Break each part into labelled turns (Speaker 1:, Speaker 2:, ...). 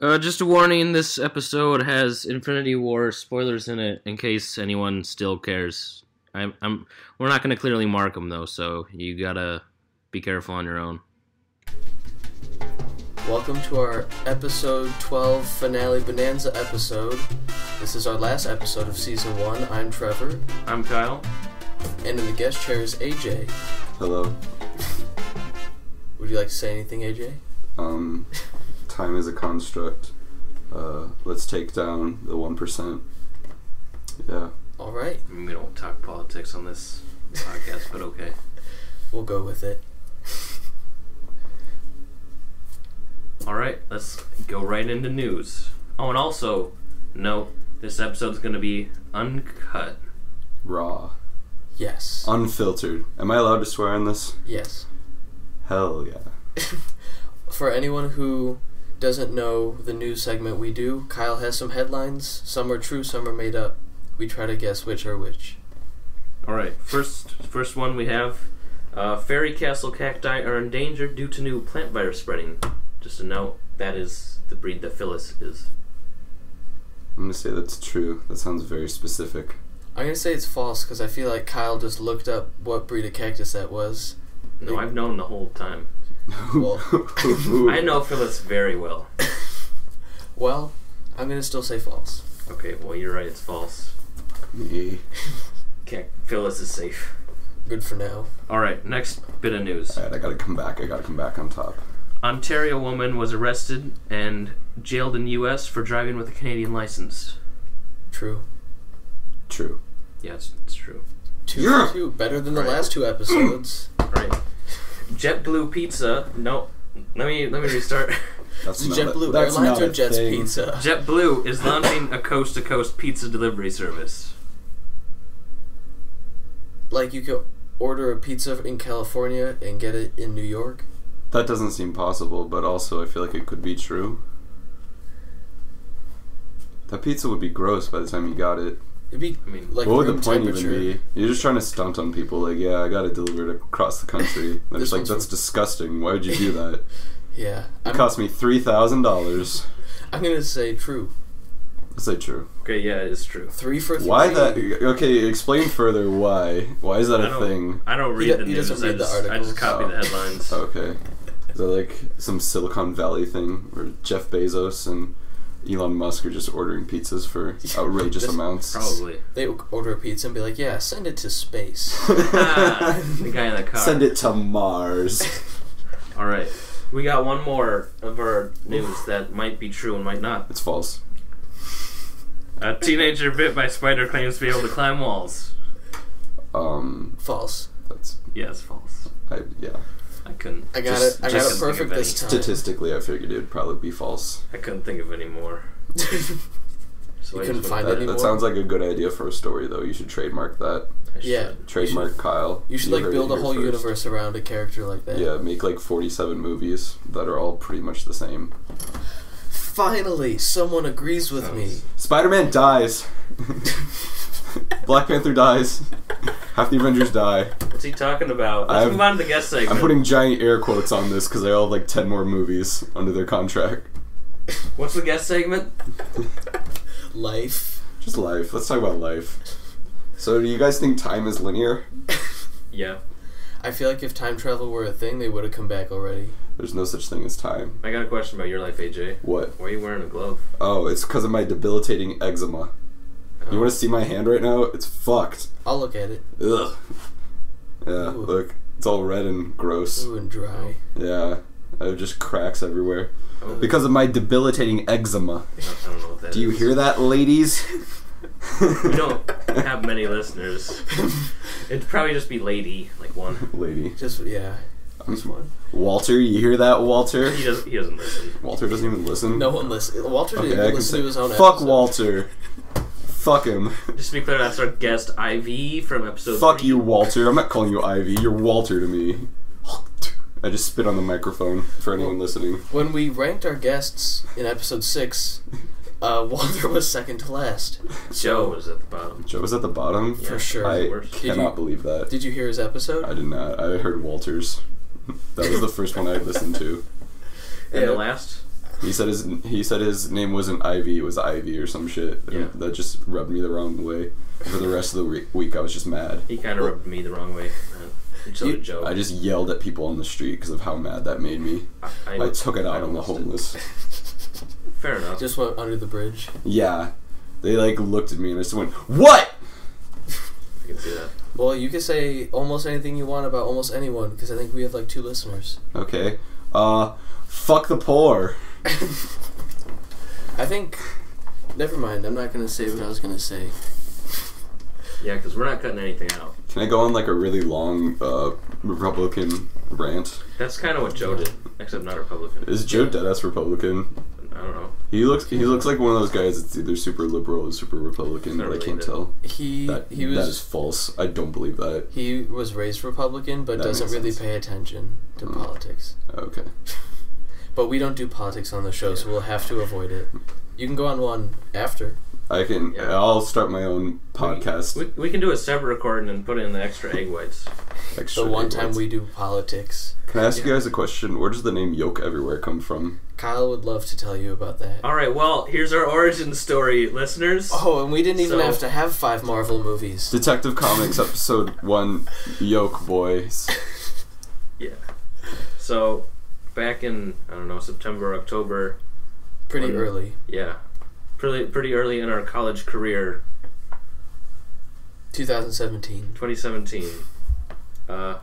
Speaker 1: Uh, just a warning: this episode has Infinity War spoilers in it, in case anyone still cares. I'm, I'm we're not going to clearly mark them though, so you gotta be careful on your own.
Speaker 2: Welcome to our episode 12 finale bonanza episode. This is our last episode of season 1. I'm Trevor,
Speaker 1: I'm Kyle.
Speaker 2: and in the guest chair is AJ.
Speaker 3: Hello.
Speaker 2: Would you like to say anything, AJ?
Speaker 3: Um, time is a construct. Uh, let's take down the one percent. Yeah.
Speaker 2: All right,
Speaker 1: We don't talk politics on this podcast, but okay.
Speaker 2: we'll go with it.
Speaker 1: All right, let's go right into news. Oh, and also, note this episode's going to be uncut.
Speaker 3: Raw.
Speaker 2: Yes.
Speaker 3: Unfiltered. Am I allowed to swear on this?
Speaker 2: yes.
Speaker 3: Hell yeah.
Speaker 2: For anyone who doesn't know the news segment we do, Kyle has some headlines. Some are true, some are made up. We try to guess which are which.
Speaker 1: All right, first first one we have: uh, fairy castle cacti are endangered due to new plant virus spreading. Just a note that is the breed that Phyllis is.
Speaker 3: I'm gonna say that's true. That sounds very specific.
Speaker 2: I'm going to say it's false because I feel like Kyle just looked up what breed of cactus that was.
Speaker 1: No, I've known the whole time.
Speaker 2: Well-
Speaker 1: I know Phyllis very well.
Speaker 2: Well, I'm going to still say false.
Speaker 1: Okay, well you're right. It's false.
Speaker 3: Me.
Speaker 1: Cac- Phyllis is safe.
Speaker 2: Good for now.
Speaker 1: All right, next bit of news.
Speaker 3: Alright, I gotta come back. I gotta come back on top.
Speaker 1: Ontario woman was arrested and jailed in U.S. for driving with a Canadian license.
Speaker 2: True.
Speaker 3: True.
Speaker 1: Yeah, it's, it's true.
Speaker 2: Two
Speaker 3: Yeah.
Speaker 2: for two. Better than the
Speaker 1: Right.
Speaker 2: last two episodes.
Speaker 1: All right. JetBlue Pizza. No, let me let me restart.
Speaker 3: That's
Speaker 2: Is it
Speaker 3: not a-
Speaker 2: JetBlue
Speaker 3: that's
Speaker 2: Airlines
Speaker 3: not
Speaker 2: or
Speaker 3: a
Speaker 2: Jets
Speaker 3: thing.
Speaker 2: Pizza?
Speaker 1: JetBlue is launching a coast-to-coast pizza delivery service.
Speaker 2: Like you could order a pizza in California and get it in New York.
Speaker 3: That doesn't seem possible, but also I feel like it could be true. That pizza would be gross by the time you got it.
Speaker 2: It'd be
Speaker 1: I mean,
Speaker 2: like
Speaker 3: what would
Speaker 2: room
Speaker 3: the point even
Speaker 2: temperature.
Speaker 3: be? You're just trying to stunt on people. Like, yeah, I got it delivered across the country. They're
Speaker 2: This
Speaker 3: just like,
Speaker 2: one's
Speaker 3: that's
Speaker 2: from-
Speaker 3: disgusting. Why would you do that? It
Speaker 2: Yeah, I'm,
Speaker 3: cost me three thousand dollars.
Speaker 2: I'm gonna say true.
Speaker 3: Let's say true.
Speaker 1: okay, yeah, it's true.
Speaker 2: Three for three.
Speaker 3: Why that? Okay, explain further. Why? Why is that
Speaker 1: I
Speaker 3: a
Speaker 1: don't,
Speaker 3: thing?
Speaker 1: I don't read
Speaker 2: He do-
Speaker 1: the
Speaker 2: he
Speaker 1: news.
Speaker 2: doesn't
Speaker 1: I,
Speaker 2: read the
Speaker 1: just, I just
Speaker 2: articles.
Speaker 1: copy
Speaker 3: Oh.
Speaker 1: the headlines.
Speaker 3: Okay, is that like some Silicon Valley thing where Jeff Bezos and Elon Musk are just ordering pizzas for outrageous
Speaker 2: Just-
Speaker 3: amounts?
Speaker 1: Probably.
Speaker 2: They order a pizza and be like, "Yeah, send it to space."
Speaker 1: Ah, the guy in the car.
Speaker 3: Send it to Mars.
Speaker 1: All right. We got one more of our news that might be true and might not.
Speaker 3: It's false.
Speaker 1: A teenager bit by spider claims to be able to climb walls.
Speaker 3: Um,
Speaker 2: False.
Speaker 3: that's
Speaker 1: Yes, false.
Speaker 3: I yeah.
Speaker 1: I couldn't.
Speaker 2: I got
Speaker 3: Just-
Speaker 2: it. I got
Speaker 3: just
Speaker 2: it perfect this time.
Speaker 3: Statistically, I figured it'd probably be false.
Speaker 1: I couldn't think of any more. So
Speaker 2: You
Speaker 1: I just
Speaker 2: couldn't
Speaker 1: went
Speaker 2: find
Speaker 1: with
Speaker 3: That,
Speaker 2: any-
Speaker 3: that
Speaker 2: Anymore?
Speaker 3: sounds like a good idea for a story, though. You should trademark that.
Speaker 1: I should.
Speaker 2: Yeah.
Speaker 3: Trademark Kyle.
Speaker 2: you should like
Speaker 3: heard it
Speaker 2: build a
Speaker 3: here
Speaker 2: whole
Speaker 3: first.
Speaker 2: universe around a character like that.
Speaker 3: Yeah, make like 47 movies that are all pretty much the same.
Speaker 2: Finally, someone agrees with me.
Speaker 3: Spider Man dies. Black Panther dies. Half the Avengers die.
Speaker 1: What's he talking about? Let's
Speaker 3: I've-
Speaker 1: move on to the guest segment.
Speaker 3: I'm putting giant air quotes on this because they all have like 10 more movies under their contract.
Speaker 1: What's the guest segment?
Speaker 2: Life.
Speaker 3: Just life. Let's talk about life. So, do you guys think time is linear?
Speaker 1: Yeah.
Speaker 2: I feel like if time travel were a thing, they would have come back already.
Speaker 3: There's no such thing as time.
Speaker 1: I got a question about your life, AJ.
Speaker 3: What?
Speaker 1: Why are you wearing a glove?
Speaker 3: Oh, it's because of my debilitating eczema. You want to see my hand right now? It's fucked.
Speaker 2: I'll look at it.
Speaker 3: Ugh. Yeah,
Speaker 2: Ooh.
Speaker 3: look, it's all red and gross.
Speaker 2: Ooh, and dry.
Speaker 3: Yeah, I have just cracks everywhere
Speaker 1: Oh,
Speaker 3: because of my debilitating eczema.
Speaker 1: I don't- I don't know what that
Speaker 3: Do you
Speaker 1: is.
Speaker 3: hear that, ladies?
Speaker 1: We don't have many listeners. It'd probably just be lady, like one.
Speaker 3: Lady,
Speaker 2: Just yeah.
Speaker 3: I'm-
Speaker 2: one?
Speaker 3: Walter, you hear that, Walter?
Speaker 1: He doesn't. He doesn't listen.
Speaker 3: Walter doesn't even listen.
Speaker 2: No one listens. Walter didn't
Speaker 3: Okay, I
Speaker 2: even
Speaker 3: can
Speaker 2: listen
Speaker 3: say,
Speaker 2: to his own.
Speaker 3: fuck
Speaker 2: episode.
Speaker 3: Walter. Fuck him.
Speaker 1: Just to be clear, that's our guest IV from episode.
Speaker 3: Fuck
Speaker 1: three.
Speaker 3: you, Walter. I'm not calling you Ivy. You're Walter to me. I just spit on the microphone for anyone listening.
Speaker 2: When we ranked our guests in episode six, uh, Walter was second to last.
Speaker 1: Joe was at the bottom.
Speaker 3: Joe was at the bottom.
Speaker 1: Yeah,
Speaker 2: For sure.
Speaker 1: he's the
Speaker 3: I
Speaker 1: worst.
Speaker 2: you-
Speaker 3: cannot believe that.
Speaker 2: Did you hear his
Speaker 3: I
Speaker 2: episode?
Speaker 3: did not. I heard Walters. That was the first one I listened to.
Speaker 1: And
Speaker 2: Yeah.
Speaker 1: the last.
Speaker 3: He said his he said his name wasn't Ivy, it was Ivy or some shit. and
Speaker 1: Yeah.
Speaker 3: That just rubbed me the wrong way. For the rest of the we- week, I was just mad.
Speaker 1: He kind of rubbed me the wrong way. Uh, so
Speaker 2: You-
Speaker 1: did Joe.
Speaker 3: I just yelled at people on the street because of how mad that made me.
Speaker 1: I, I-
Speaker 3: I took it
Speaker 1: I
Speaker 3: out on the
Speaker 1: almost did.
Speaker 3: homeless.
Speaker 1: Fair enough.
Speaker 2: Just went under the bridge.
Speaker 3: Yeah, they like looked at me and I just went, "What?"
Speaker 1: I can see that.
Speaker 2: Well, you can say almost anything you want about almost anyone because I think we have like two listeners.
Speaker 3: Okay. Uh, fuck the poor.
Speaker 2: I think. Never mind. I'm not gonna say what I was gonna say.
Speaker 1: Yeah, because we're not cutting anything out.
Speaker 3: Can I go on like a really long uh, Republican rant?
Speaker 1: That's kind of what Joe did, except not Republican.
Speaker 3: Is Joe Deadass Republican?
Speaker 1: I don't know.
Speaker 3: He looks he looks like one of those guys that's either super liberal or super Republican, but I
Speaker 1: Not related.
Speaker 3: can't tell.
Speaker 2: He
Speaker 3: That
Speaker 2: he
Speaker 3: that is
Speaker 2: was
Speaker 3: false. I don't believe that.
Speaker 2: he was raised Republican, but
Speaker 3: That
Speaker 2: doesn't
Speaker 3: makes
Speaker 2: really
Speaker 3: sense.
Speaker 2: pay attention to
Speaker 3: Mm.
Speaker 2: politics.
Speaker 3: Okay.
Speaker 2: But we don't do politics on the show, so we'll have to avoid it. You can go on one after.
Speaker 3: I can.
Speaker 1: Yeah.
Speaker 3: I'll start my own podcast.
Speaker 1: We, we can do a separate recording and put in the extra egg whites.
Speaker 3: extra
Speaker 2: The one time
Speaker 3: words.
Speaker 2: we do politics,
Speaker 3: Can I ask you guys a question? Where does the name Yoke Everywhere come from?
Speaker 2: Kyle would love to tell you about that.
Speaker 1: All right. Well, here's our origin story, listeners.
Speaker 2: Oh, and we didn't even
Speaker 1: So-
Speaker 2: have to have five Marvel movies.
Speaker 3: Detective Comics episode one, Yoke Boys.
Speaker 1: Yeah. So, back in I don't know September, October.
Speaker 2: Pretty
Speaker 1: One-
Speaker 2: early.
Speaker 1: Yeah. Pretty pretty early in our college career,
Speaker 2: 2017.
Speaker 1: 2017. Uh,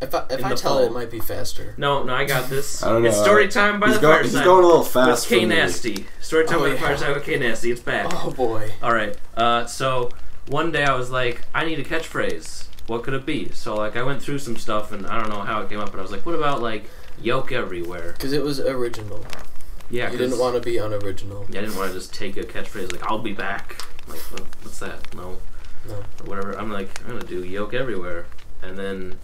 Speaker 2: If I, if
Speaker 1: In
Speaker 2: I
Speaker 1: the
Speaker 2: tell it,
Speaker 1: fall.
Speaker 2: it might be faster.
Speaker 1: no, no, I got this.
Speaker 3: I don't know. Uh,
Speaker 1: It's story time by
Speaker 3: he's
Speaker 1: the
Speaker 3: go-
Speaker 1: fireside.
Speaker 3: He's going a little fast.
Speaker 1: with K
Speaker 3: for me.
Speaker 1: Nasty. Story time
Speaker 2: Oh,
Speaker 1: by the
Speaker 2: yeah.
Speaker 1: fireside with K Nasty. It's back.
Speaker 2: Oh boy.
Speaker 1: All right. Uh, so one day I was like, I need a catchphrase. What could it be? So like I went through some stuff and I don't know how it came up, but I was like, what about like yoke everywhere?
Speaker 2: Because it was original.
Speaker 1: Yeah,
Speaker 2: You
Speaker 1: 'cause-
Speaker 2: didn't want to be unoriginal.
Speaker 1: Yeah, I didn't want to just take a catchphrase like I'll be back. Like what, what's that? No.
Speaker 2: No.
Speaker 1: Or whatever. I'm like I'm gonna do yoke everywhere, and then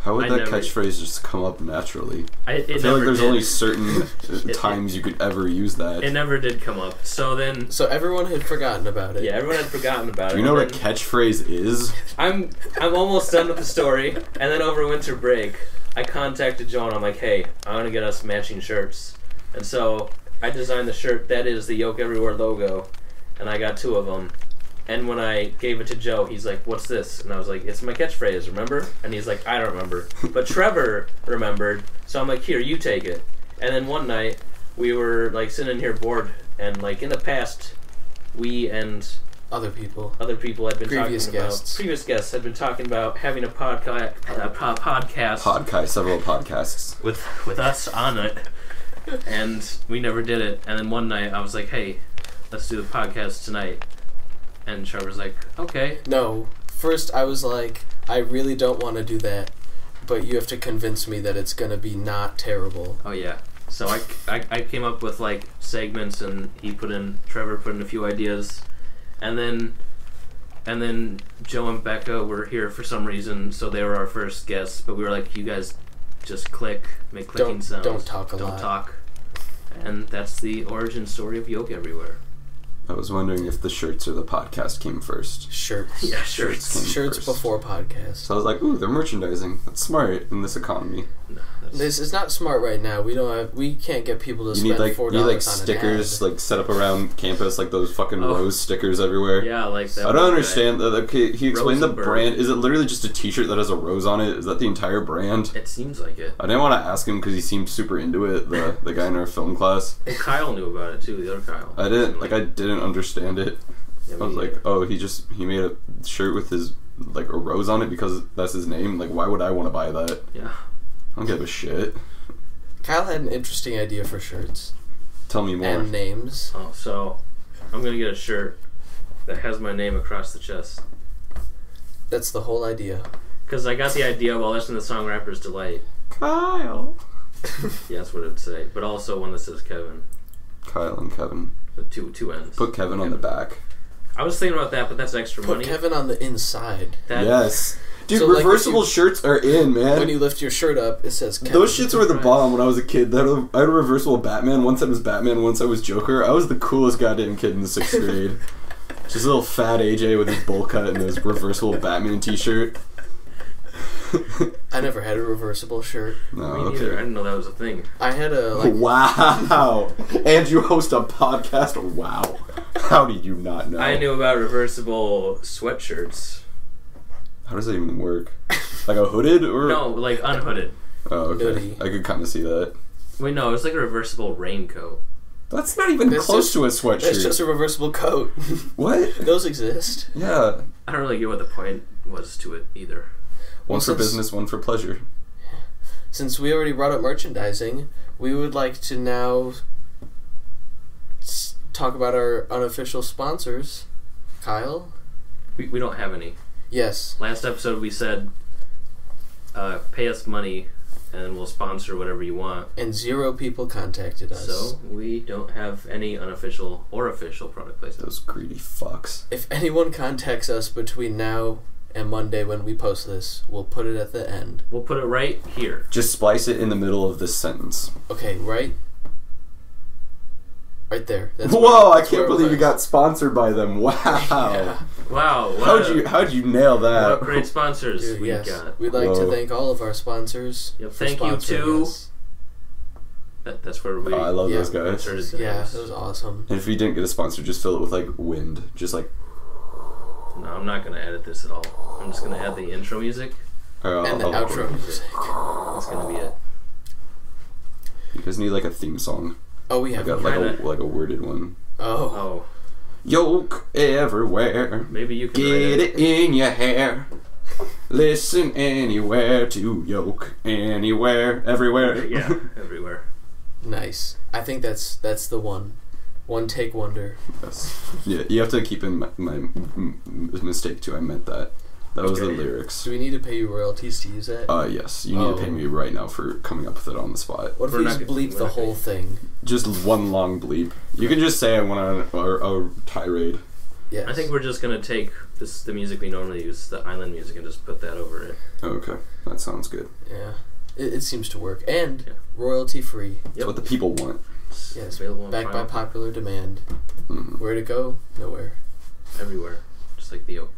Speaker 3: How would
Speaker 1: I
Speaker 3: that
Speaker 1: never-
Speaker 3: catchphrase just come up naturally?
Speaker 1: I it
Speaker 3: I feel
Speaker 1: never
Speaker 3: like there's
Speaker 1: did.
Speaker 3: only certain uh,
Speaker 1: it-
Speaker 3: times you could ever use that.
Speaker 1: it never did come up. So then
Speaker 2: So everyone had forgotten about it.
Speaker 1: yeah, everyone had forgotten about
Speaker 3: Do
Speaker 1: it.
Speaker 3: you know what
Speaker 1: and
Speaker 3: a
Speaker 1: then-
Speaker 3: catchphrase is?
Speaker 1: I'm I'm almost done with the story, and then over winter break, I contacted John. I'm like, hey, I want to get us matching shirts, and so I designed the shirt that is the Yoke Everywhere logo, and I got two of them. And when I gave it to Joe, he's like, "What's this?" And I was like, "It's my catchphrase, remember?" And he's like, "I don't remember," but Trevor remembered, so I'm like, "Here, you take it." And then one night, we were like sitting here bored, and like in the past, we and
Speaker 2: Other people.
Speaker 1: other people had been
Speaker 2: Previous
Speaker 1: talking
Speaker 2: guests.
Speaker 1: about previous guests had been talking about having a podcast uh, po- podcast
Speaker 3: Podcast, several podcasts.
Speaker 1: with with us on it and we never did it and then one night I was like hey let's do the podcast tonight and Trevor's like okay
Speaker 2: No. First, I was like, I really don't want to do that, but you have to convince me that it's gonna be not terrible.
Speaker 1: oh yeah so I, I, I came up with like segments and he put in Trevor put in a few ideas and then and then Joe and Becca were here for some reason so they were our first guests but we were like you guys just click make clicking
Speaker 2: Don't
Speaker 1: sounds
Speaker 2: don't talk a
Speaker 1: Don't
Speaker 2: lot.
Speaker 1: talk. And that's the origin story of yoke everywhere.
Speaker 3: I was wondering if the shirts or the podcast came first.
Speaker 2: Shirts.
Speaker 1: Yeah, sure.
Speaker 3: it's-
Speaker 2: Shirts
Speaker 3: First.
Speaker 2: before podcast.
Speaker 3: So I was like, ooh, they're merchandising. That's smart in this economy.
Speaker 2: This is not smart right now. We don't have. We can't get people to
Speaker 3: You
Speaker 2: spend
Speaker 3: need like you
Speaker 2: four
Speaker 3: need
Speaker 2: dollars
Speaker 3: like
Speaker 2: on
Speaker 3: stickers
Speaker 2: An
Speaker 3: like set up around campus, like those fucking
Speaker 1: Oh.
Speaker 3: rose stickers everywhere.
Speaker 1: yeah, like that.
Speaker 3: I
Speaker 1: one
Speaker 3: don't
Speaker 1: guy.
Speaker 3: understand. that okay, he explained the
Speaker 1: Rosenberg.
Speaker 3: brand. Is it literally just a T-shirt that has a rose on it? Is that the entire brand?
Speaker 1: It seems like it.
Speaker 3: I didn't want to ask him because he seemed super into it. The the guy in our film class.
Speaker 1: Well, Kyle knew about it too. The other Kyle.
Speaker 3: I didn't like. I didn't understand it.
Speaker 1: Yeah,
Speaker 3: I
Speaker 1: me
Speaker 3: was like,
Speaker 1: neither.
Speaker 3: oh, he just he made a shirt with his like a rose on it because that's his name. Like, why would I want to buy that?
Speaker 1: yeah.
Speaker 3: I don't give a shit.
Speaker 2: ad. Kyle had an interesting idea for shirts
Speaker 3: Tell me more.
Speaker 2: and names.
Speaker 1: Oh, so I'm gonna get a shirt that has my name across the chest
Speaker 2: That's the whole idea.
Speaker 1: because I got the idea while listening to the song "Rapper's Delight."
Speaker 3: Kyle.
Speaker 1: Yeah, that's what it would say. But also one that says Kevin
Speaker 3: Kyle and Kevin.
Speaker 1: with two two ends.
Speaker 3: Put Kevin on the back.
Speaker 1: I was thinking about that, but that's extra
Speaker 2: Put
Speaker 1: money.
Speaker 2: Kevin on the inside.
Speaker 1: that,
Speaker 3: yes. Dude,
Speaker 2: So, like, if
Speaker 3: reversible
Speaker 2: you-
Speaker 3: shirts are in,
Speaker 2: When
Speaker 3: man.
Speaker 2: you lift your shirt up, it says Kevin.
Speaker 3: Those shits were the
Speaker 1: Right.
Speaker 3: bomb when I was a kid. That I had a reversible Batman. Once I was Batman, once I was Joker. I was the coolest goddamn kid in the sixth grade. Just a little fat AJ with his bowl cut and his reversible Batman t-shirt.
Speaker 2: I never had a reversible shirt.
Speaker 3: no,
Speaker 1: Me neither. I
Speaker 3: Oh, okay.
Speaker 1: didn't know that was a thing.
Speaker 2: I had a like
Speaker 3: Wow. and you host a podcast? Wow. How do you not know?
Speaker 1: I knew about reversible sweatshirts.
Speaker 3: How does that even work? Like a hooded or
Speaker 1: No, like unhooded.
Speaker 3: Oh, okay.
Speaker 2: Hoodie.
Speaker 3: I could kind of see that.
Speaker 1: Wait, no, it was like a reversible raincoat.
Speaker 3: That's not even
Speaker 2: That's just-
Speaker 3: close to a sweatshirt.
Speaker 2: that's just a reversible coat.
Speaker 3: what?
Speaker 2: Those exist.
Speaker 3: Yeah.
Speaker 1: I don't really get what the point was to it either.
Speaker 3: One
Speaker 2: Well,
Speaker 3: for
Speaker 2: since-
Speaker 3: business, one for pleasure.
Speaker 2: Since we already brought up merchandising, we would like to now s- talk about our unofficial sponsors. Kyle?
Speaker 1: We, we don't have any.
Speaker 2: Yes.
Speaker 1: Last episode we said, uh, pay us money and we'll sponsor whatever you want.
Speaker 2: And zero people contacted us.
Speaker 1: So we don't have any unofficial or official product placements.
Speaker 3: Those greedy fucks.
Speaker 2: If anyone contacts us between now and Monday when we post this, we'll put it at the end.
Speaker 1: We'll put it right here.
Speaker 3: Just splice it in the middle of this sentence.
Speaker 2: Okay, right? Right there. That's
Speaker 3: Whoa!
Speaker 2: where-
Speaker 3: I
Speaker 2: that's
Speaker 3: can't
Speaker 2: where it
Speaker 3: believe you
Speaker 2: was.
Speaker 3: got sponsored by them. Wow.
Speaker 2: Yeah.
Speaker 1: Wow, what
Speaker 3: How'd
Speaker 1: a-
Speaker 3: you How'd you nail
Speaker 1: what
Speaker 3: that?
Speaker 1: great sponsors
Speaker 2: Dude,
Speaker 1: we
Speaker 2: yes.
Speaker 1: got.
Speaker 2: We'd like
Speaker 3: Whoa.
Speaker 2: to thank all of our sponsors.
Speaker 1: Yep,
Speaker 2: for
Speaker 1: thank you
Speaker 2: sponsoring
Speaker 1: to-
Speaker 2: us.
Speaker 1: That, that's where we
Speaker 3: Oh, I love
Speaker 2: Yeah.
Speaker 3: those guys.
Speaker 1: inserted the
Speaker 2: Yeah,
Speaker 1: names.
Speaker 2: that was awesome.
Speaker 3: And if you didn't get a sponsor, just fill it with like wind. Just like
Speaker 1: No, I'm not gonna edit this at all. I'm just gonna add the intro music.
Speaker 3: uh,
Speaker 2: and the
Speaker 3: oh,
Speaker 2: outro music.
Speaker 1: That's gonna be it.
Speaker 3: You guys need like a theme song,
Speaker 2: Oh, we
Speaker 3: like
Speaker 2: have.
Speaker 3: a,
Speaker 2: one.
Speaker 3: like a
Speaker 1: Kinda.
Speaker 3: like a worded one.
Speaker 2: Oh,
Speaker 1: Oh,
Speaker 3: Yoke everywhere.
Speaker 1: maybe you can write
Speaker 3: Get it in your hair. Listen anywhere to yoke anywhere everywhere.
Speaker 1: Yeah, everywhere.
Speaker 2: nice. I think that's that's the one. One take wonder.
Speaker 3: Yes. Yeah, you have to keep in my, my m- m- mistake too. I meant that. That was
Speaker 1: Okay.
Speaker 3: the lyrics.
Speaker 2: Do we need to pay you royalties to use that?
Speaker 3: Uh, yes, you need
Speaker 2: Oh.
Speaker 3: to pay me right now for coming up with it on the spot.
Speaker 2: what if
Speaker 1: we're
Speaker 2: we
Speaker 1: not
Speaker 2: just
Speaker 1: gonna-
Speaker 2: bleep
Speaker 1: we're
Speaker 2: the
Speaker 1: not
Speaker 2: whole thing?
Speaker 3: Just one long bleep. You can just say I went on a, a, tirade.
Speaker 2: Yes.
Speaker 1: I think we're just gonna take this the music we normally use, the island music, and just put that over it.
Speaker 3: Okay, that sounds good.
Speaker 2: Yeah. It, it seems to work. And
Speaker 1: Yeah.
Speaker 2: royalty free.
Speaker 3: That's what the people want.
Speaker 1: It's
Speaker 2: Yes.
Speaker 1: available on
Speaker 2: Backed by
Speaker 1: Prime,
Speaker 2: popular demand.
Speaker 3: Mhm.
Speaker 2: Where'd it go? Nowhere.
Speaker 1: everywhere, just like the oak.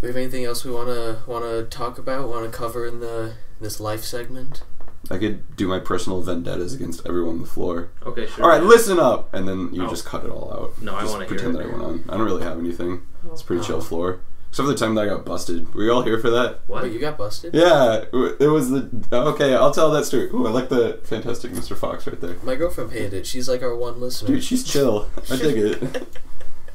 Speaker 2: We have anything else we wanna wanna talk about? Wanna cover in the this life segment?
Speaker 3: I could do my personal vendettas against everyone on the floor.
Speaker 1: Okay, sure.
Speaker 3: All right, listen up, and then you
Speaker 1: Oh.
Speaker 3: just cut it all out.
Speaker 1: No, I
Speaker 3: Just
Speaker 1: wanna hear
Speaker 3: pretend
Speaker 1: it.
Speaker 3: that I went on. I don't really have anything. It's a pretty
Speaker 2: Oh.
Speaker 3: chill floor, except for the time that I got busted. Were you all here for that?
Speaker 1: What?
Speaker 2: Wait, you got busted?
Speaker 3: Yeah, it was the okay. I'll tell that story. Ooh, I like the Fantastic Mr. Fox right there.
Speaker 2: My girlfriend hated it. She's like our one listener.
Speaker 3: Dude, she's chill. I dig it.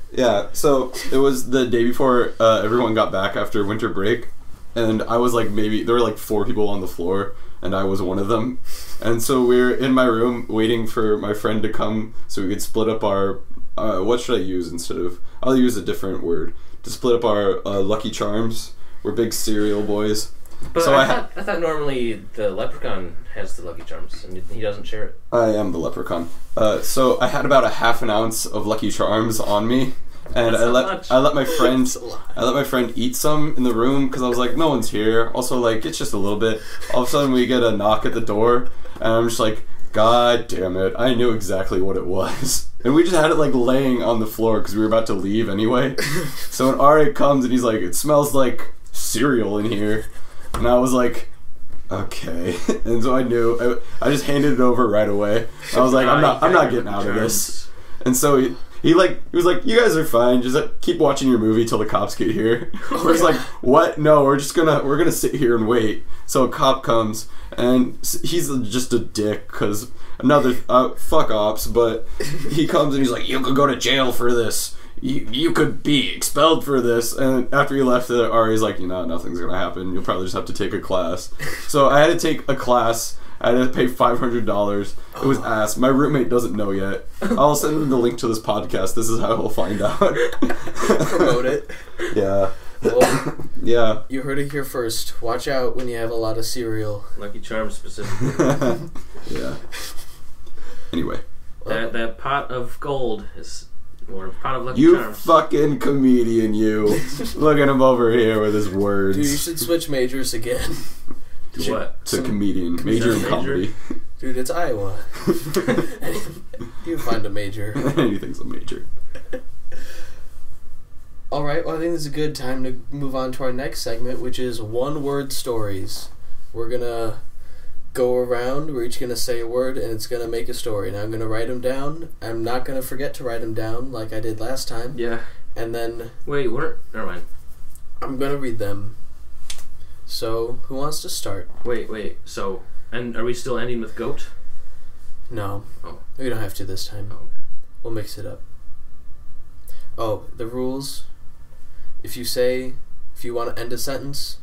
Speaker 3: Yeah, so it was the day before uh, everyone got back after winter break, and I was like, maybe there were like four people on the floor, and I was one of them. And so we were in my room waiting for my friend to come so we could split up our. Uh, what should I use instead of? I'll use a different word to split up our uh, Lucky Charms. We're big cereal boys.
Speaker 1: But
Speaker 3: So
Speaker 1: I,
Speaker 3: I ha-
Speaker 1: thought, I thought normally the leprechaun has the lucky charms, and he doesn't share it.
Speaker 3: I am the leprechaun. Uh, so I had about a half an ounce of Lucky Charms on me, and
Speaker 1: That's
Speaker 3: I
Speaker 1: not
Speaker 3: let
Speaker 1: much.
Speaker 3: I let my friend
Speaker 2: It's a lot.
Speaker 3: I let my friend eat some in the room because I was like, no one's here. Also, like it's just a little bit. All of a sudden, we get a knock at the door, and I'm just like, God damn it! I knew exactly what it was. And we just had it like laying on the floor because we were about to leave anyway. So an RA comes and he's like, it smells like cereal in here, and I was like. Okay, and so I knew. I, I just handed it over right away. I was like,
Speaker 1: Ah,
Speaker 3: I'm not,
Speaker 1: you
Speaker 3: I'm
Speaker 1: got
Speaker 3: not
Speaker 1: your
Speaker 3: getting out of
Speaker 1: charms.
Speaker 3: this. And so he, he like he was like, "You guys are fine. Just like, keep watching your movie till the cops get here." we're just like, "What? No, we're just gonna we're gonna sit here and wait." So a cop comes and s- he's just a dick because another uh, fuck ops. But he comes and he's like, "You could go to jail for this. You, you could be expelled for this." And after he left, the Ari's like, "You know, nothing's gonna happen. You'll probably just have to take a class." so I had to take a class. I had to pay five hundred dollars. It was ass. My roommate doesn't know yet. I'll send him the link to this podcast. This is how he'll find out.
Speaker 2: Promote it.
Speaker 3: Yeah,
Speaker 2: Well,
Speaker 3: yeah.
Speaker 2: you heard it here first. Watch out when you have a lot of cereal.
Speaker 1: Lucky charms specifically.
Speaker 3: yeah. Anyway,
Speaker 1: that that pot of gold is or pot of lucky
Speaker 3: you
Speaker 1: charms.
Speaker 3: fucking comedian, you. Look at him over here with his
Speaker 2: Dude, you
Speaker 3: words.
Speaker 2: should switch majors again.
Speaker 1: to what?
Speaker 3: to comedian, major in
Speaker 1: Major?
Speaker 3: comedy.
Speaker 2: Dude, it's Iowa. you can find a major.
Speaker 3: Anything's a major.
Speaker 2: All right. Well, I think this is a good time to move on to our next segment, which is one-word stories. We're gonna go around. We're each gonna say a word, and it's gonna make a story. And I'm gonna write them down. I'm not gonna forget to write them down like I did last time.
Speaker 3: Yeah.
Speaker 2: And then
Speaker 1: Wait, we're never mind.
Speaker 2: I'm gonna read them. So, who wants to start?
Speaker 1: Wait, wait. So, and are we still ending with goat?
Speaker 2: No.
Speaker 1: Oh.
Speaker 2: We don't have to this time.
Speaker 1: okay.
Speaker 2: We'll mix it up. Oh, the rules. If you say, if you want to end a sentence,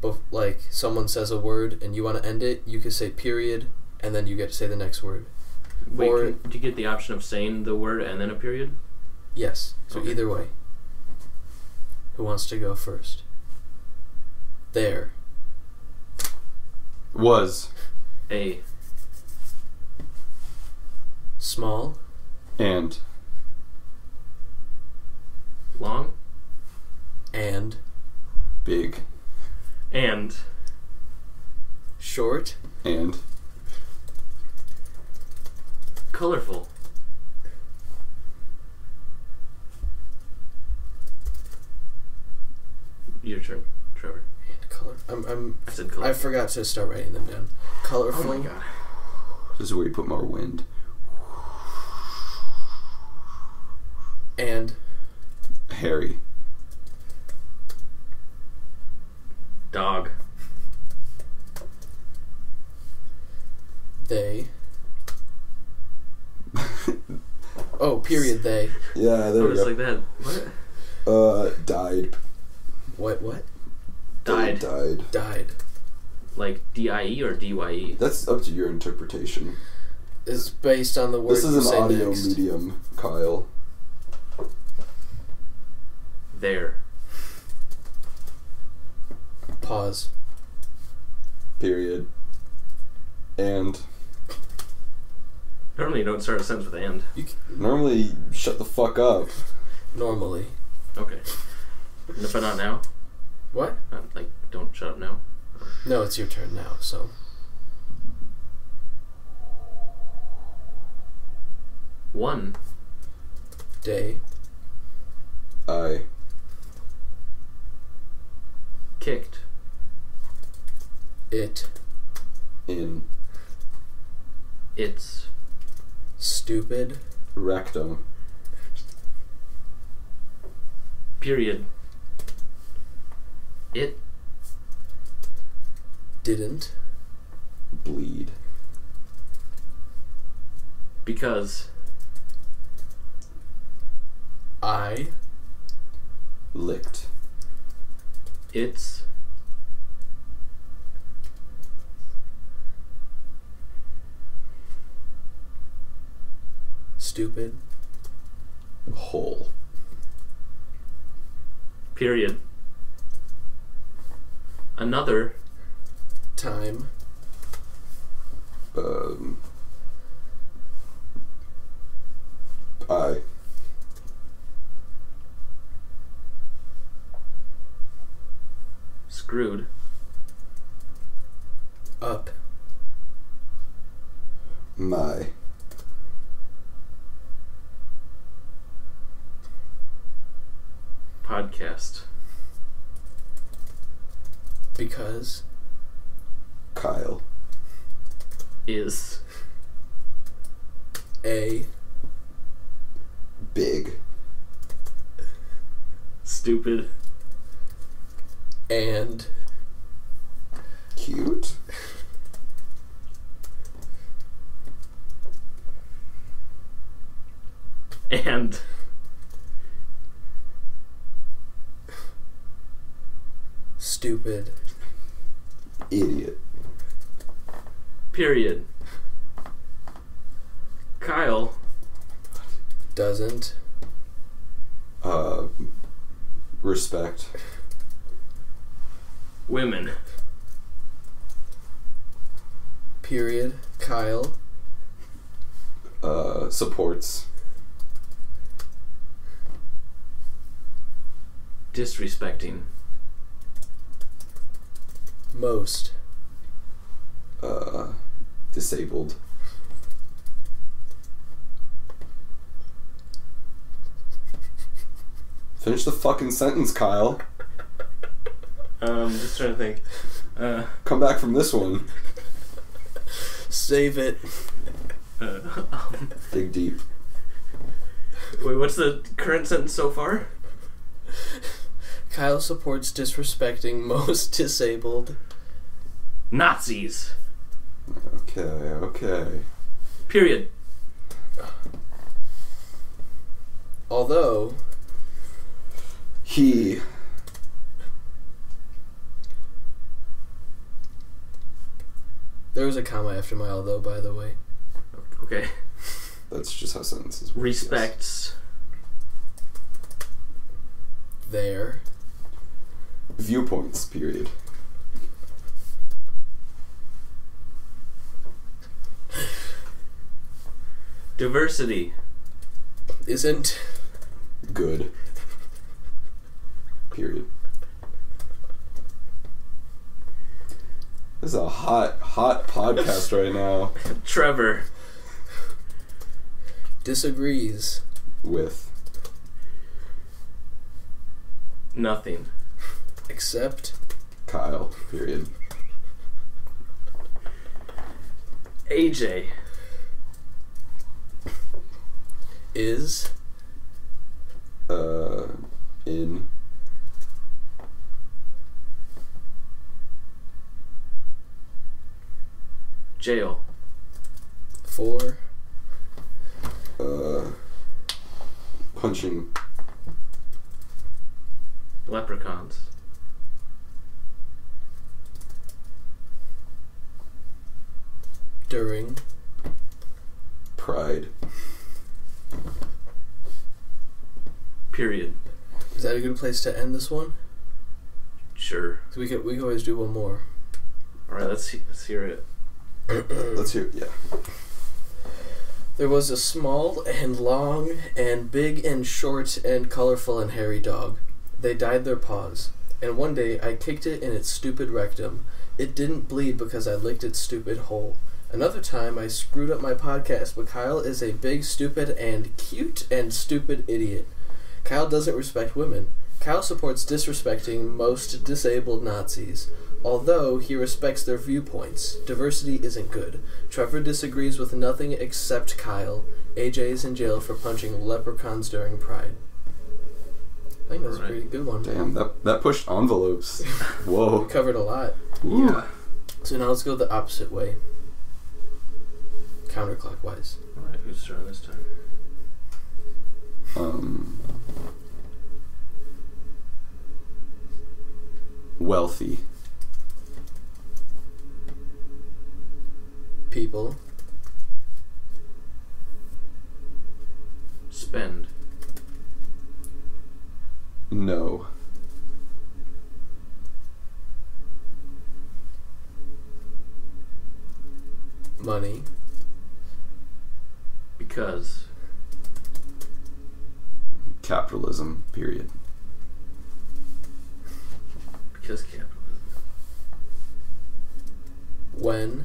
Speaker 2: but like someone says a word and you want to end it, you can say period, and then you get to say the next word.
Speaker 1: Wait,
Speaker 2: Or-
Speaker 1: can, do you get the option of saying the word and then a period?
Speaker 2: Yes. So
Speaker 1: Okay.
Speaker 2: either way. Who wants to go first? There.
Speaker 3: Was
Speaker 1: A
Speaker 2: Small.
Speaker 3: and
Speaker 1: long
Speaker 2: And.
Speaker 3: big
Speaker 1: and
Speaker 2: Short.
Speaker 3: and
Speaker 1: colorful. Your turn, Trevor.
Speaker 2: And color. I'm. I'm
Speaker 1: I said
Speaker 2: I
Speaker 1: colorful.
Speaker 2: forgot to start writing them down. Colorful.
Speaker 3: Oh this is where you put more wind
Speaker 2: And.
Speaker 3: hairy
Speaker 1: Dog.
Speaker 2: They. Oh, period. They.
Speaker 3: yeah there
Speaker 1: I was like that. What?
Speaker 3: uh died
Speaker 2: What? What?
Speaker 1: Died.
Speaker 3: died
Speaker 2: Died.
Speaker 1: Like D I E or D Y E.
Speaker 3: that's up to your interpretation
Speaker 2: Is based on the word
Speaker 3: this
Speaker 2: you
Speaker 3: is
Speaker 2: say
Speaker 3: an audio
Speaker 2: next.
Speaker 3: medium kyle
Speaker 1: There.
Speaker 2: Pause.
Speaker 3: period and
Speaker 1: Normally you don't start a sentence with and.
Speaker 2: You c
Speaker 3: normally you shut the fuck up
Speaker 2: normally.
Speaker 1: Okay. No, But not now.
Speaker 2: What?
Speaker 1: Uh, like, don't shut up now.
Speaker 2: No, it's your turn now. So.
Speaker 1: One.
Speaker 2: Day.
Speaker 3: i
Speaker 1: Kicked.
Speaker 2: It.
Speaker 3: in
Speaker 1: It's
Speaker 2: Stupid.
Speaker 3: rectum
Speaker 1: period. It
Speaker 2: Didn't.
Speaker 3: bleed
Speaker 1: because
Speaker 2: I.
Speaker 3: licked
Speaker 1: it's
Speaker 2: Stupid.
Speaker 3: hole
Speaker 1: period. Another
Speaker 2: Time.
Speaker 3: um i
Speaker 1: screwed
Speaker 2: Up.
Speaker 3: my
Speaker 1: podcast.
Speaker 2: Because.
Speaker 3: kyle
Speaker 1: Is
Speaker 2: A.
Speaker 3: big
Speaker 1: stupid
Speaker 2: And.
Speaker 3: cute
Speaker 1: and
Speaker 2: Stupid.
Speaker 3: idiot
Speaker 1: period. Kyle
Speaker 2: Doesn't.
Speaker 3: uh respect
Speaker 1: women
Speaker 2: Period. Kyle.
Speaker 3: uh supports
Speaker 1: disrespecting
Speaker 2: Most.
Speaker 3: uh disabled Finish the fucking sentence, Kyle.
Speaker 1: Um, just trying to think. Uh,
Speaker 3: Come back from this one.
Speaker 2: Save it.
Speaker 1: uh,
Speaker 3: Dig deep.
Speaker 1: wait, what's the current sentence so far?
Speaker 2: Kyle supports disrespecting most disabled.
Speaker 1: Nazis.
Speaker 3: Okay, okay.
Speaker 1: Period.
Speaker 2: Although,
Speaker 3: He.
Speaker 2: there was a comma after my although, by the way.
Speaker 1: Okay.
Speaker 3: That's just how sentences work. yes.
Speaker 1: Respects.
Speaker 2: There.
Speaker 3: Viewpoints, period.
Speaker 1: Diversity.
Speaker 2: Isn't.
Speaker 3: Good. Period. This is a hot, hot podcast right now
Speaker 1: Trevor.
Speaker 2: Disagrees.
Speaker 3: with
Speaker 1: Nothing.
Speaker 2: Except.
Speaker 3: Kyle, period.
Speaker 1: AJ.
Speaker 2: Is.
Speaker 3: Uh, in.
Speaker 1: Jail.
Speaker 2: For.
Speaker 3: Uh, punching
Speaker 1: Leprechauns.
Speaker 2: During.
Speaker 3: pride.
Speaker 1: Period.
Speaker 2: Is that a good place to end this one?
Speaker 1: Sure.
Speaker 2: 'Cause We could we could always do one more.
Speaker 1: All right. Let's he- let's hear it.
Speaker 3: Let's hear. Yeah.
Speaker 2: There was a small and long and big and short and colorful and hairy dog. They dyed their paws, and one day I kicked it in its stupid rectum. It didn't bleed because I licked its stupid hole. Another time I screwed up my podcast, but Kyle is a big, stupid, and cute and stupid idiot. Kyle doesn't respect women. Kyle supports disrespecting most disabled Nazis, although he respects their viewpoints. Diversity isn't good. Trevor disagrees with nothing except Kyle. AJ is in jail for punching leprechauns during Pride. I think that's a
Speaker 1: Alright.
Speaker 2: pretty good one.
Speaker 3: Damn. That that pushed envelopes.
Speaker 2: We
Speaker 3: Whoa.
Speaker 2: covered a lot.
Speaker 1: Yeah.
Speaker 2: So now let's go the opposite way. Counterclockwise.
Speaker 1: All right. Who's throwing this time?
Speaker 3: Um. Wealthy.
Speaker 2: People
Speaker 1: Spend.
Speaker 3: No.
Speaker 2: money
Speaker 1: Because.
Speaker 3: Capitalism. Period.
Speaker 1: Because capitalism.
Speaker 2: when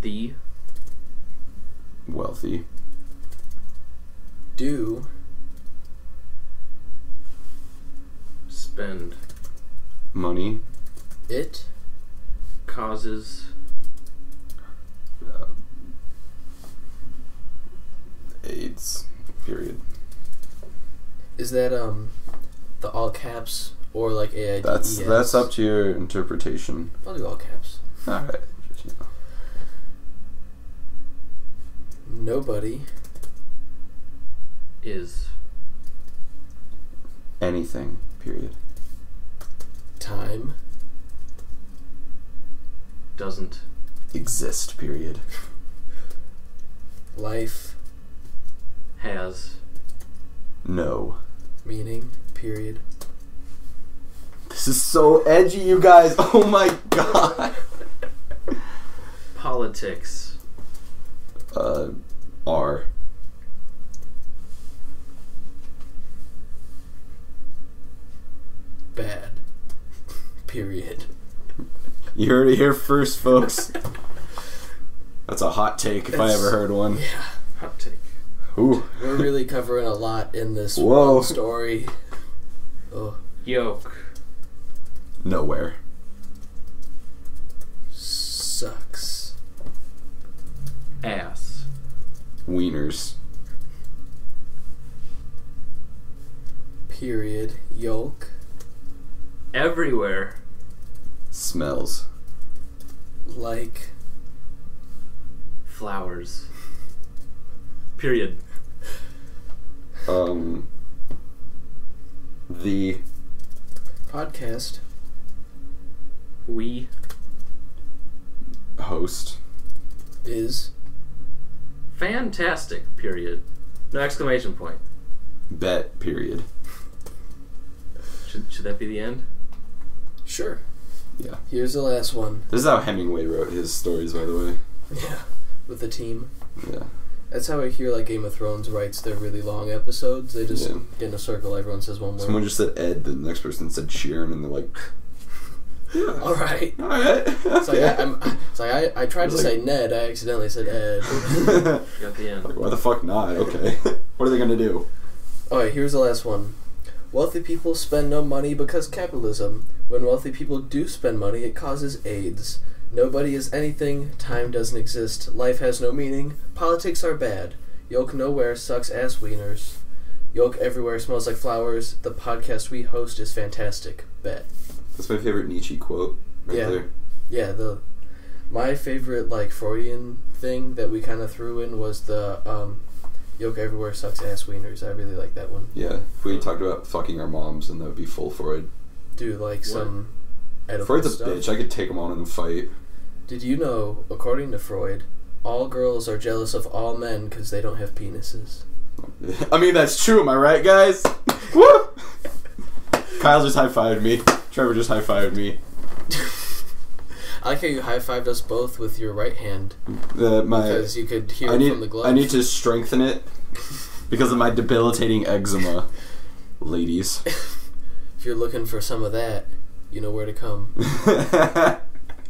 Speaker 1: The.
Speaker 3: Wealthy.
Speaker 2: do
Speaker 1: Spend.
Speaker 3: Money.
Speaker 2: it
Speaker 1: Causes.
Speaker 3: Uh, AIDS. Period.
Speaker 2: is that um the all caps or like AIDES?
Speaker 3: That's that's up to your interpretation.
Speaker 2: I'll do E all caps.
Speaker 3: All right.
Speaker 2: Nobody
Speaker 1: Is.
Speaker 3: Anything. Period.
Speaker 2: time
Speaker 1: Doesn't.
Speaker 3: Exist. Period.
Speaker 2: life
Speaker 1: Has.
Speaker 3: No.
Speaker 2: meaning period.
Speaker 3: This is so edgy, you guys. Oh my god.
Speaker 1: Politics.
Speaker 3: Uh, R.
Speaker 2: Bad. period.
Speaker 3: You heard it here first, folks. That's a hot take if I
Speaker 2: That's-
Speaker 3: ever heard one.
Speaker 2: Yeah.
Speaker 1: Hot take.
Speaker 3: Ooh.
Speaker 2: We're really covering a lot in this
Speaker 3: Whoa.
Speaker 2: one story. Oh,
Speaker 1: Yoke.
Speaker 3: Nowhere.
Speaker 2: sucks.
Speaker 1: Ass.
Speaker 3: Wieners.
Speaker 2: Period. Yolk.
Speaker 1: Everywhere.
Speaker 3: Smells.
Speaker 2: Like.
Speaker 1: Flowers. Period.
Speaker 3: Um. The
Speaker 2: Podcast.
Speaker 1: We.
Speaker 3: host.
Speaker 2: Is.
Speaker 1: Fantastic. Period. No exclamation point.
Speaker 3: Bet. Period.
Speaker 1: Should, should that be the end?
Speaker 2: Sure.
Speaker 3: Yeah.
Speaker 2: Here's the last one.
Speaker 3: This is how Hemingway wrote his stories, by the way.
Speaker 2: Yeah. With the team.
Speaker 3: Yeah.
Speaker 2: That's how I hear like Game of Thrones writes their really long episodes. They just
Speaker 3: Yeah.
Speaker 2: get in a circle, everyone says one word.
Speaker 3: Someone just said Ed, the next person said Sheeran, and they're like, yeah.
Speaker 2: All right.
Speaker 3: All right.
Speaker 2: It's like, I, I'm, it's like I, I tried to
Speaker 3: It's like-
Speaker 2: say Ned, I accidentally said Ed.
Speaker 1: You got the end.
Speaker 3: Like, why the fuck not? Okay. what are they gonna do?
Speaker 2: Alright, here's the last one. Wealthy people spend no money because capitalism. When wealthy people do spend money, it causes AIDS. Nobody is anything, time doesn't exist, life has no meaning, politics are bad. Yolk nowhere sucks ass wieners. Yolk everywhere smells like flowers. The podcast we host is fantastic. Bet.
Speaker 3: That's my favorite Nietzsche quote. Right
Speaker 2: Yeah.
Speaker 3: there.
Speaker 2: Yeah, the my favorite like Freudian thing that we kind of threw in was the um, "Yoke everywhere sucks ass wieners." I really like that one.
Speaker 3: Yeah. If we talked about fucking our moms, and that would be full Freud.
Speaker 2: Do like some edible
Speaker 3: Freud's a
Speaker 2: stuff.
Speaker 3: bitch. I could take him on in a fight.
Speaker 2: Did you know, according to Freud, all girls are jealous of all men because they don't have penises?
Speaker 3: I mean, that's true. Am I right, guys? Woo! Kyle just high fived me. Trevor just high fived me.
Speaker 2: I like how you high fived us both with your right hand
Speaker 3: Uh, my
Speaker 2: because you could hear
Speaker 3: I
Speaker 2: it
Speaker 3: need
Speaker 2: from the glove.
Speaker 3: I need to strengthen it because of my debilitating eczema, ladies.
Speaker 2: If you're looking for some of that, you know where to come.
Speaker 3: I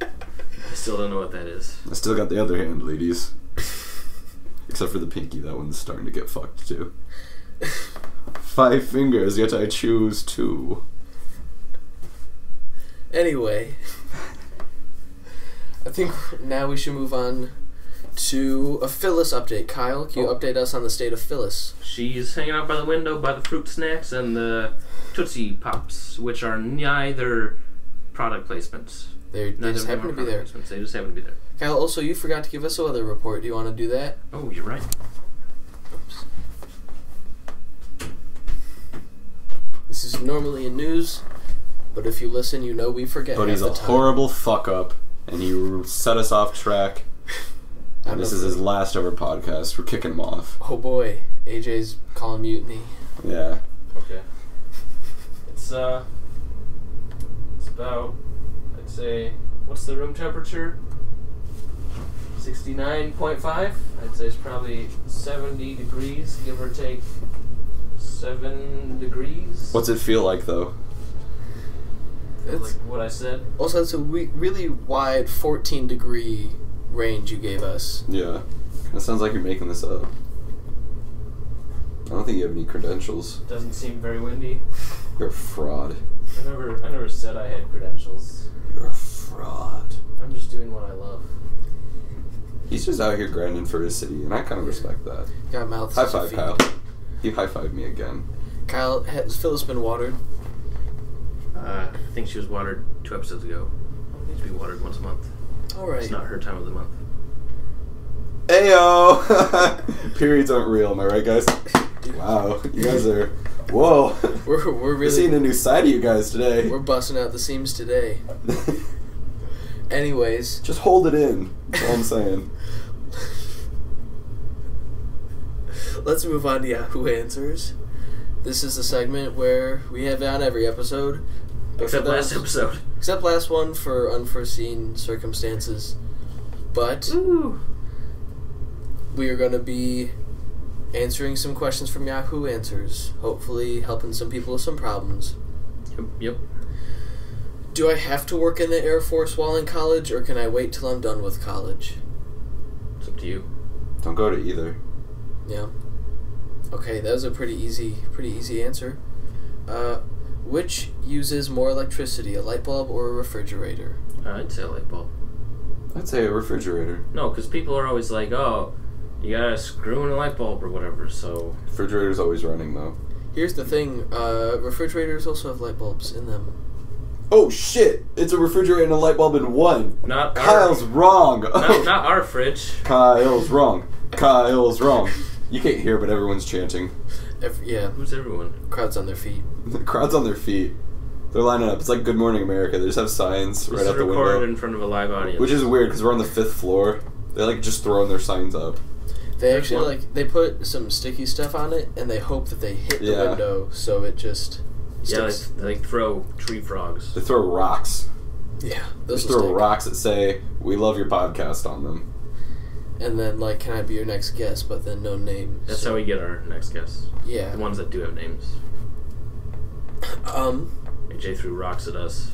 Speaker 1: I still don't know what that is.
Speaker 3: still got the other hand, ladies. Except for the pinky, that one's starting to get fucked too. Five fingers, yet I choose two.
Speaker 2: Anyway, I think now we should move on to a Phyllis update. Kyle, can you
Speaker 1: Oh.
Speaker 2: update us on the state of Phyllis?
Speaker 1: She's hanging out by the window by the fruit snacks and the Tootsie Pops, which are neither product placements.
Speaker 2: They, they
Speaker 1: Neither
Speaker 2: just
Speaker 1: of them
Speaker 2: happen to
Speaker 1: are
Speaker 2: be there.
Speaker 1: product Placements. They just happen to be there.
Speaker 2: Kyle, also, you forgot to give us a weather report. Do you want to do that?
Speaker 1: Oh, you're right.
Speaker 2: This is normally in news, but if you listen, you know we forget.
Speaker 3: But
Speaker 2: half
Speaker 3: he's
Speaker 2: the
Speaker 3: a
Speaker 2: time.
Speaker 3: horrible fuck up, and he set us off track.
Speaker 2: I
Speaker 3: And this
Speaker 2: know.
Speaker 3: is his last ever podcast. We're kicking him off.
Speaker 2: Oh boy, AJ's calling mutiny.
Speaker 3: Yeah.
Speaker 1: Okay. It's uh. It's about. I'd say. What's the room temperature? Sixty-nine point five. I'd say it's probably seventy degrees, give or take. Seven degrees.
Speaker 3: What's it feel like though?
Speaker 1: like what I said?
Speaker 2: Also, that's a we- really wide 14 degree range you gave us.
Speaker 3: Yeah. It sounds like you're making this up. I don't think you have any credentials.
Speaker 1: Doesn't seem very windy.
Speaker 3: You're a fraud.
Speaker 1: I never, I never said I had credentials.
Speaker 3: You're a fraud.
Speaker 1: I'm just doing what I love.
Speaker 3: He's just out here grinding for his city, and I kind of respect that.
Speaker 2: Got mouths.
Speaker 3: High
Speaker 2: to
Speaker 3: five,
Speaker 2: feed.
Speaker 3: Kyle. He high fived me again.
Speaker 2: Kyle, has Phyllis been watered?
Speaker 1: Uh, I think she was watered two episodes ago. Needs to be watered once a month.
Speaker 2: All right.
Speaker 1: It's not her time of the month.
Speaker 3: Ayo! Periods aren't real, am I right, guys? Wow, you guys are. Whoa!
Speaker 2: We're, we're
Speaker 3: We're seeing
Speaker 2: really
Speaker 3: a new side of you guys today.
Speaker 2: we're busting out the seams today. Anyways,
Speaker 3: just hold it in. That's all I'm saying.
Speaker 2: let's move on to Yahoo Answers. This is the segment where we have on every episode, but for
Speaker 1: Except
Speaker 2: those-
Speaker 1: last episode.
Speaker 2: except last one for unforeseen circumstances. But
Speaker 1: Ooh.
Speaker 2: we are going to be answering some questions from Yahoo Answers, hopefully helping some people with some problems.
Speaker 1: Yep. yep.
Speaker 2: Do I have to work in the Air Force while in college, or can I wait till I'm done with college?
Speaker 1: It's up to you.
Speaker 3: Don't go to either.
Speaker 2: Yeah. Okay, that was a pretty easy, pretty easy answer. Uh, which uses more electricity, a light bulb or a refrigerator?
Speaker 1: Uh, I'd say a light bulb.
Speaker 3: I'd say a refrigerator.
Speaker 1: No, because people are always like, oh, you gotta screw in a light bulb or whatever. So
Speaker 3: Refrigerator's always running though.
Speaker 2: Here's the thing: uh, refrigerators also have light bulbs in them.
Speaker 3: Oh shit! It's a refrigerator and a light bulb in one.
Speaker 1: not
Speaker 3: Kyle's wrong. Oh,
Speaker 1: our, not, not our fridge.
Speaker 3: Kyle's wrong. Kyle's wrong. You can't hear, but everyone's chanting.
Speaker 2: Every, yeah,
Speaker 1: Who's everyone?
Speaker 2: crowds on their feet.
Speaker 3: The crowd's on their feet. They're lining up. It's like Good Morning America. They just have signs
Speaker 1: This
Speaker 3: right
Speaker 1: is
Speaker 3: out the
Speaker 1: recorded
Speaker 3: window,
Speaker 1: in front of a live audience.
Speaker 3: which is weird because we're on the fifth floor. They're like just throwing their signs up.
Speaker 2: They
Speaker 1: There's
Speaker 2: actually
Speaker 1: one.
Speaker 2: like they put some sticky stuff on it, and they hope that they hit the
Speaker 3: Yeah.
Speaker 2: window, so it just
Speaker 1: yeah, like,
Speaker 2: sticks.
Speaker 1: they like throw tree frogs.
Speaker 3: They throw rocks.
Speaker 2: yeah,
Speaker 3: They
Speaker 2: those
Speaker 3: just
Speaker 2: will
Speaker 3: throw
Speaker 2: stick.
Speaker 3: rocks that say "We love your podcast" on them.
Speaker 2: And then like, can I be your next guest? But then no name.
Speaker 1: That's how we get our next guest.
Speaker 2: Yeah.
Speaker 1: The ones that do have names.
Speaker 2: Um.
Speaker 1: AJ threw rocks at us.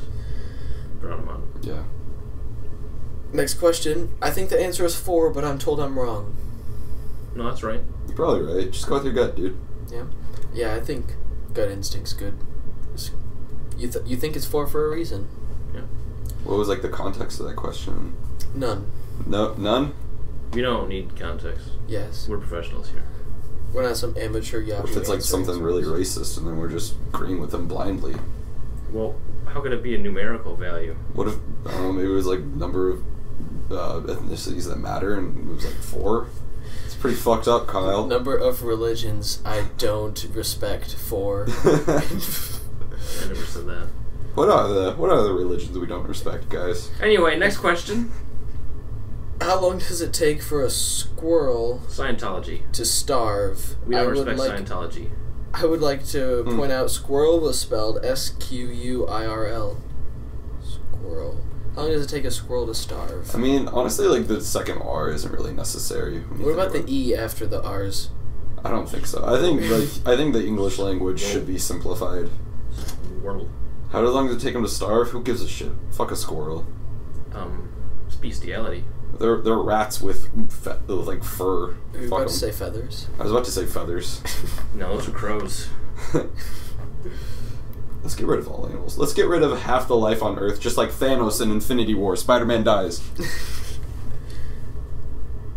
Speaker 1: Brought him on.
Speaker 3: Yeah.
Speaker 2: Next question. I think the answer is four, but I'm told I'm wrong.
Speaker 1: No, that's right.
Speaker 3: You're probably right. Just go with your gut, dude.
Speaker 2: Yeah, I think gut instinct's good. It's- You th- you think it's four for a reason?
Speaker 3: What was like the context of that question?
Speaker 2: None.
Speaker 3: No, none.
Speaker 1: We don't need context.
Speaker 2: Yes.
Speaker 1: We're professionals here.
Speaker 2: We're not some amateur
Speaker 3: What
Speaker 2: Yahoo.
Speaker 3: if it's like
Speaker 2: answering
Speaker 3: something really
Speaker 2: service.
Speaker 3: racist and then we're just agreeing with them blindly?
Speaker 1: Well, how could it be a numerical value?
Speaker 3: What if I don't know? Maybe it was like number of uh, ethnicities that matter and it was like four. It's pretty fucked up, Kyle.
Speaker 2: Number of religions I don't respect for.
Speaker 1: I never said that.
Speaker 3: what are the what are the religions we don't respect, guys?
Speaker 1: Anyway, next question.
Speaker 2: How long does it take for a squirrel
Speaker 1: Scientology.
Speaker 2: to starve?
Speaker 1: We don't
Speaker 2: I would
Speaker 1: respect
Speaker 2: like
Speaker 1: Scientology.
Speaker 2: I would like to
Speaker 3: Hmm.
Speaker 2: point out squirrel was spelled S Q U I R L. Squirrel. How long does it take a squirrel to starve?
Speaker 3: I mean, honestly, like the second R isn't really necessary. when you
Speaker 2: What
Speaker 3: think
Speaker 2: about the
Speaker 3: it.
Speaker 2: E after the R's?
Speaker 3: I don't think so. I think like I think the English language should be simplified.
Speaker 1: World.
Speaker 3: How long does it take them to starve? Who gives a shit? Fuck a squirrel.
Speaker 1: Um, it's bestiality.
Speaker 3: They're they're rats with fe- with like fur.
Speaker 2: Are you about
Speaker 3: Fuck
Speaker 2: to
Speaker 3: 'em.
Speaker 2: say feathers?
Speaker 3: I was about to say feathers.
Speaker 1: No, those are crows.
Speaker 3: Let's get rid of all animals. Let's get rid of half the life on Earth, just like Thanos in Infinity War. Spider Man dies.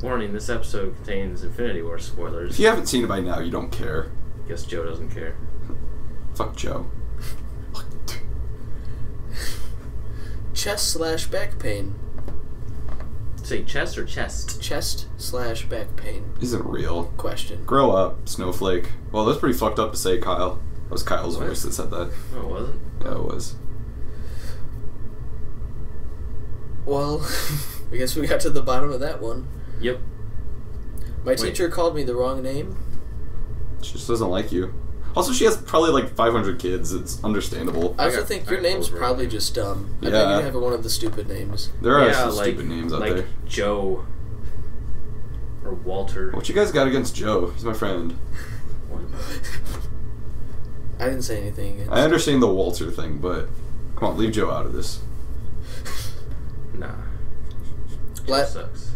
Speaker 1: Warning, this episode contains Infinity War spoilers.
Speaker 3: If you haven't seen it by now, you don't care.
Speaker 1: Guess Joe doesn't care.
Speaker 3: Fuck Joe.
Speaker 2: Chest slash back pain.
Speaker 1: Say chest or chest?
Speaker 2: Chest slash back pain.
Speaker 3: Isn't real.
Speaker 2: Question.
Speaker 3: Grow up, snowflake. Well, that's pretty fucked up to say, Kyle. That was Kyle's voice that said that.
Speaker 1: No, it wasn't.
Speaker 3: Yeah, it was.
Speaker 2: Well, I guess we got to the bottom of that one.
Speaker 1: Yep.
Speaker 2: My
Speaker 1: Wait.
Speaker 2: teacher called me the wrong name.
Speaker 3: She just doesn't like you. Also, she has probably like 500 kids. It's understandable.
Speaker 2: I also
Speaker 1: got-
Speaker 2: think
Speaker 1: I
Speaker 2: your
Speaker 1: got
Speaker 2: name's
Speaker 1: over it.
Speaker 2: probably just dumb. I
Speaker 3: Yeah.
Speaker 2: bet you have one of the stupid names.
Speaker 3: There are
Speaker 1: yeah,
Speaker 3: some
Speaker 1: like,
Speaker 3: stupid names out
Speaker 1: like
Speaker 3: there.
Speaker 1: Joe or Walter.
Speaker 3: What you guys got against Joe? He's my friend.
Speaker 2: I didn't say anything. against-
Speaker 3: I understand the Walter thing, but come on, leave Joe out of this.
Speaker 1: Nah. Joe
Speaker 2: Let-
Speaker 1: sucks.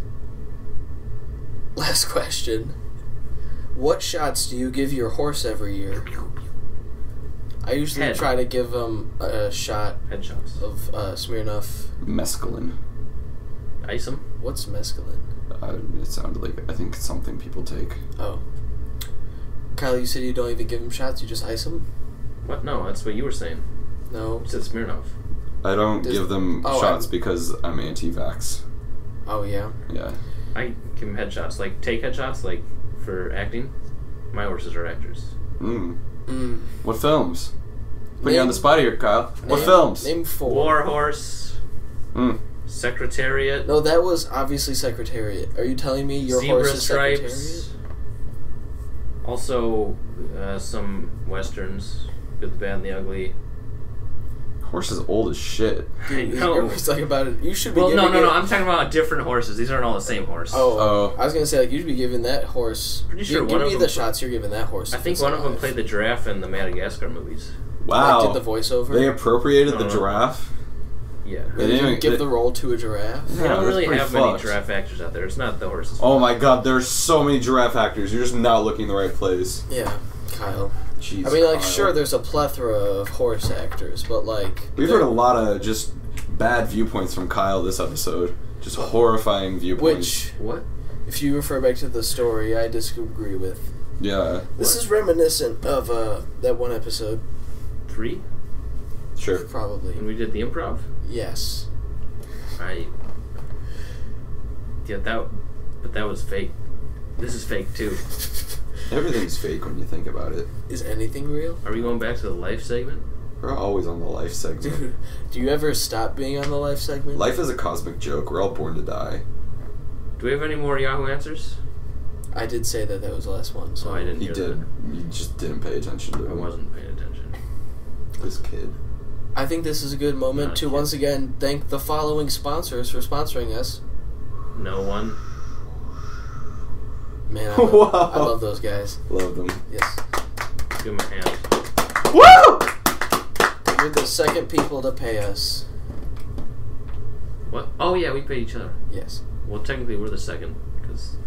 Speaker 2: Last question. What shots do you give your horse every year? I usually
Speaker 1: Head.
Speaker 2: try to give him a, a shot
Speaker 1: Headshots.
Speaker 2: of uh, Smirnoff.
Speaker 3: Mescaline.
Speaker 1: Ice him.
Speaker 2: What's mescaline?
Speaker 3: Uh, it sounded like I think it's something people take.
Speaker 2: Oh. Kyle, you said you don't even give him shots, you just ice him?
Speaker 1: What? No, that's what you were saying.
Speaker 2: No.
Speaker 1: You said Smirnoff.
Speaker 3: I don't
Speaker 2: Does-
Speaker 3: give them
Speaker 2: oh,
Speaker 3: shots
Speaker 2: I'm-
Speaker 3: because I'm anti-vax.
Speaker 2: Oh, yeah.
Speaker 3: Yeah,
Speaker 1: I give him headshots. Like, take headshots, like, for acting. My horses are actors.
Speaker 3: mm.
Speaker 2: Mm.
Speaker 3: what films? Put you on
Speaker 2: Name-
Speaker 3: the spot here, Kyle. What
Speaker 2: Name-
Speaker 3: films?
Speaker 2: Name four.
Speaker 1: War Horse.
Speaker 3: Mm.
Speaker 1: Secretariat.
Speaker 2: No, that was obviously Secretariat. Are you telling me your
Speaker 1: zebra
Speaker 2: horse is
Speaker 1: stripes.
Speaker 2: Secretariat?
Speaker 1: Also, uh, some westerns, Good, the Bad, and the Ugly.
Speaker 3: Horse is old as shit.
Speaker 1: I
Speaker 2: Dude,
Speaker 1: know.
Speaker 2: Everybody's talking about it. You should be
Speaker 1: Well, no,
Speaker 2: giving
Speaker 1: no, no.
Speaker 2: it-
Speaker 1: I'm talking about different horses. These aren't all the same horse.
Speaker 2: Oh,
Speaker 3: Oh.
Speaker 2: I was gonna say like you should be giving that horse.
Speaker 1: Pretty
Speaker 2: Gi-
Speaker 1: sure
Speaker 2: give
Speaker 1: one
Speaker 2: me
Speaker 1: of
Speaker 2: the
Speaker 1: them-
Speaker 2: shots you're giving that horse.
Speaker 1: I
Speaker 2: if
Speaker 1: think
Speaker 2: it's
Speaker 1: one of them
Speaker 2: alive.
Speaker 1: played the giraffe in the Madagascar movies.
Speaker 2: Like,
Speaker 3: Wow,
Speaker 2: did the voiceover.
Speaker 3: they appropriated
Speaker 1: No,
Speaker 3: the
Speaker 1: no.
Speaker 3: giraffe.
Speaker 1: Yeah.
Speaker 2: Or did
Speaker 3: Anyway,
Speaker 2: you give
Speaker 3: they-
Speaker 2: the role to a giraffe.
Speaker 1: They don't
Speaker 3: that's
Speaker 1: really
Speaker 3: pretty
Speaker 1: have many
Speaker 3: fucked.
Speaker 1: giraffe actors out there. It's not the horses.
Speaker 3: Oh my god, there's so many giraffe actors. You're just not looking in the right place.
Speaker 2: Yeah, Kyle.
Speaker 3: Jeez.
Speaker 2: I mean, like,
Speaker 3: Kyle.
Speaker 2: sure, there's a plethora of horse actors, but like,
Speaker 3: We've
Speaker 2: they're-
Speaker 3: heard a lot of just bad viewpoints from Kyle this episode. Just horrifying viewpoints.
Speaker 2: which,
Speaker 1: What?
Speaker 2: if you refer back to the story, I disagree with.
Speaker 3: Yeah,
Speaker 2: This is reminiscent of uh, that one episode,
Speaker 1: Three?
Speaker 3: sure.
Speaker 2: probably.
Speaker 1: When we did the improv?
Speaker 2: Yes.
Speaker 1: I. Yeah, that. But that was fake. This is fake too.
Speaker 3: Everything's fake when you think about it.
Speaker 2: Is anything real?
Speaker 1: Are we going back to the life segment?
Speaker 3: We're always on the life segment.
Speaker 2: Dude, do you ever stop being on the life segment?
Speaker 3: Life is a cosmic joke. We're all born to die.
Speaker 1: Do we have any more Yahoo answers?
Speaker 2: I did say that that was the last one, so
Speaker 1: Oh, I didn't
Speaker 3: He
Speaker 1: hear
Speaker 3: did. You just didn't pay attention to
Speaker 1: that. I
Speaker 3: him.
Speaker 1: wasn't paying attention.
Speaker 3: This kid.
Speaker 2: I think this is a good moment
Speaker 1: Not
Speaker 2: to
Speaker 1: yet.
Speaker 2: once again thank the following sponsors for sponsoring us.
Speaker 1: No one.
Speaker 2: Man, I love,
Speaker 3: Wow.
Speaker 2: I love those guys.
Speaker 3: Love them.
Speaker 2: Yes.
Speaker 1: Give him a hand.
Speaker 3: Woo!
Speaker 2: You're the second people to pay us.
Speaker 1: What? Oh yeah, we paid each other.
Speaker 2: Yes.
Speaker 1: Well, technically we're the second because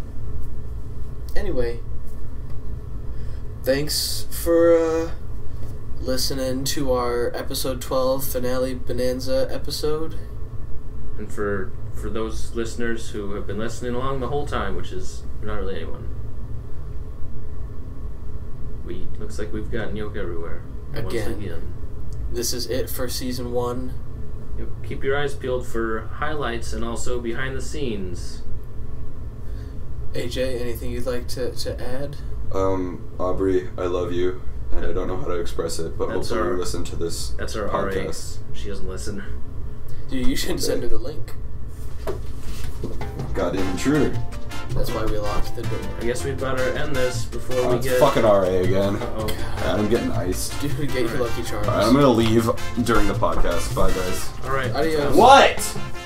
Speaker 2: Anyway, thanks for uh, listening to our episode 12 finale bonanza episode.
Speaker 1: and for for those listeners who have been listening along the whole time, which is not really anyone. We looks like we've gotten yoke everywhere once
Speaker 2: Again.
Speaker 1: again.
Speaker 2: This is it for season one.
Speaker 1: Yep, Keep your eyes peeled for highlights and also behind the scenes.
Speaker 2: AJ, anything you'd like to, to add?
Speaker 3: Um, Aubrey, I love you, and I don't know how to express it, but
Speaker 1: That's
Speaker 3: hopefully
Speaker 1: our-
Speaker 3: you listen to this.
Speaker 1: That's our RA.
Speaker 3: Podcast.
Speaker 1: She doesn't listen.
Speaker 2: Dude, you should send her the link.
Speaker 3: Goddamn intruder.
Speaker 2: That's why we locked the door.
Speaker 1: I guess we'd better end this before
Speaker 3: Oh,
Speaker 1: we
Speaker 3: it's
Speaker 1: get.
Speaker 3: fucking RA again.
Speaker 1: oh.
Speaker 3: Alright, I'm getting iced.
Speaker 2: Dude, get your lucky charms.
Speaker 3: Alright, I'm gonna leave during the podcast. Bye, guys.
Speaker 1: All right.
Speaker 2: Adios.
Speaker 3: What?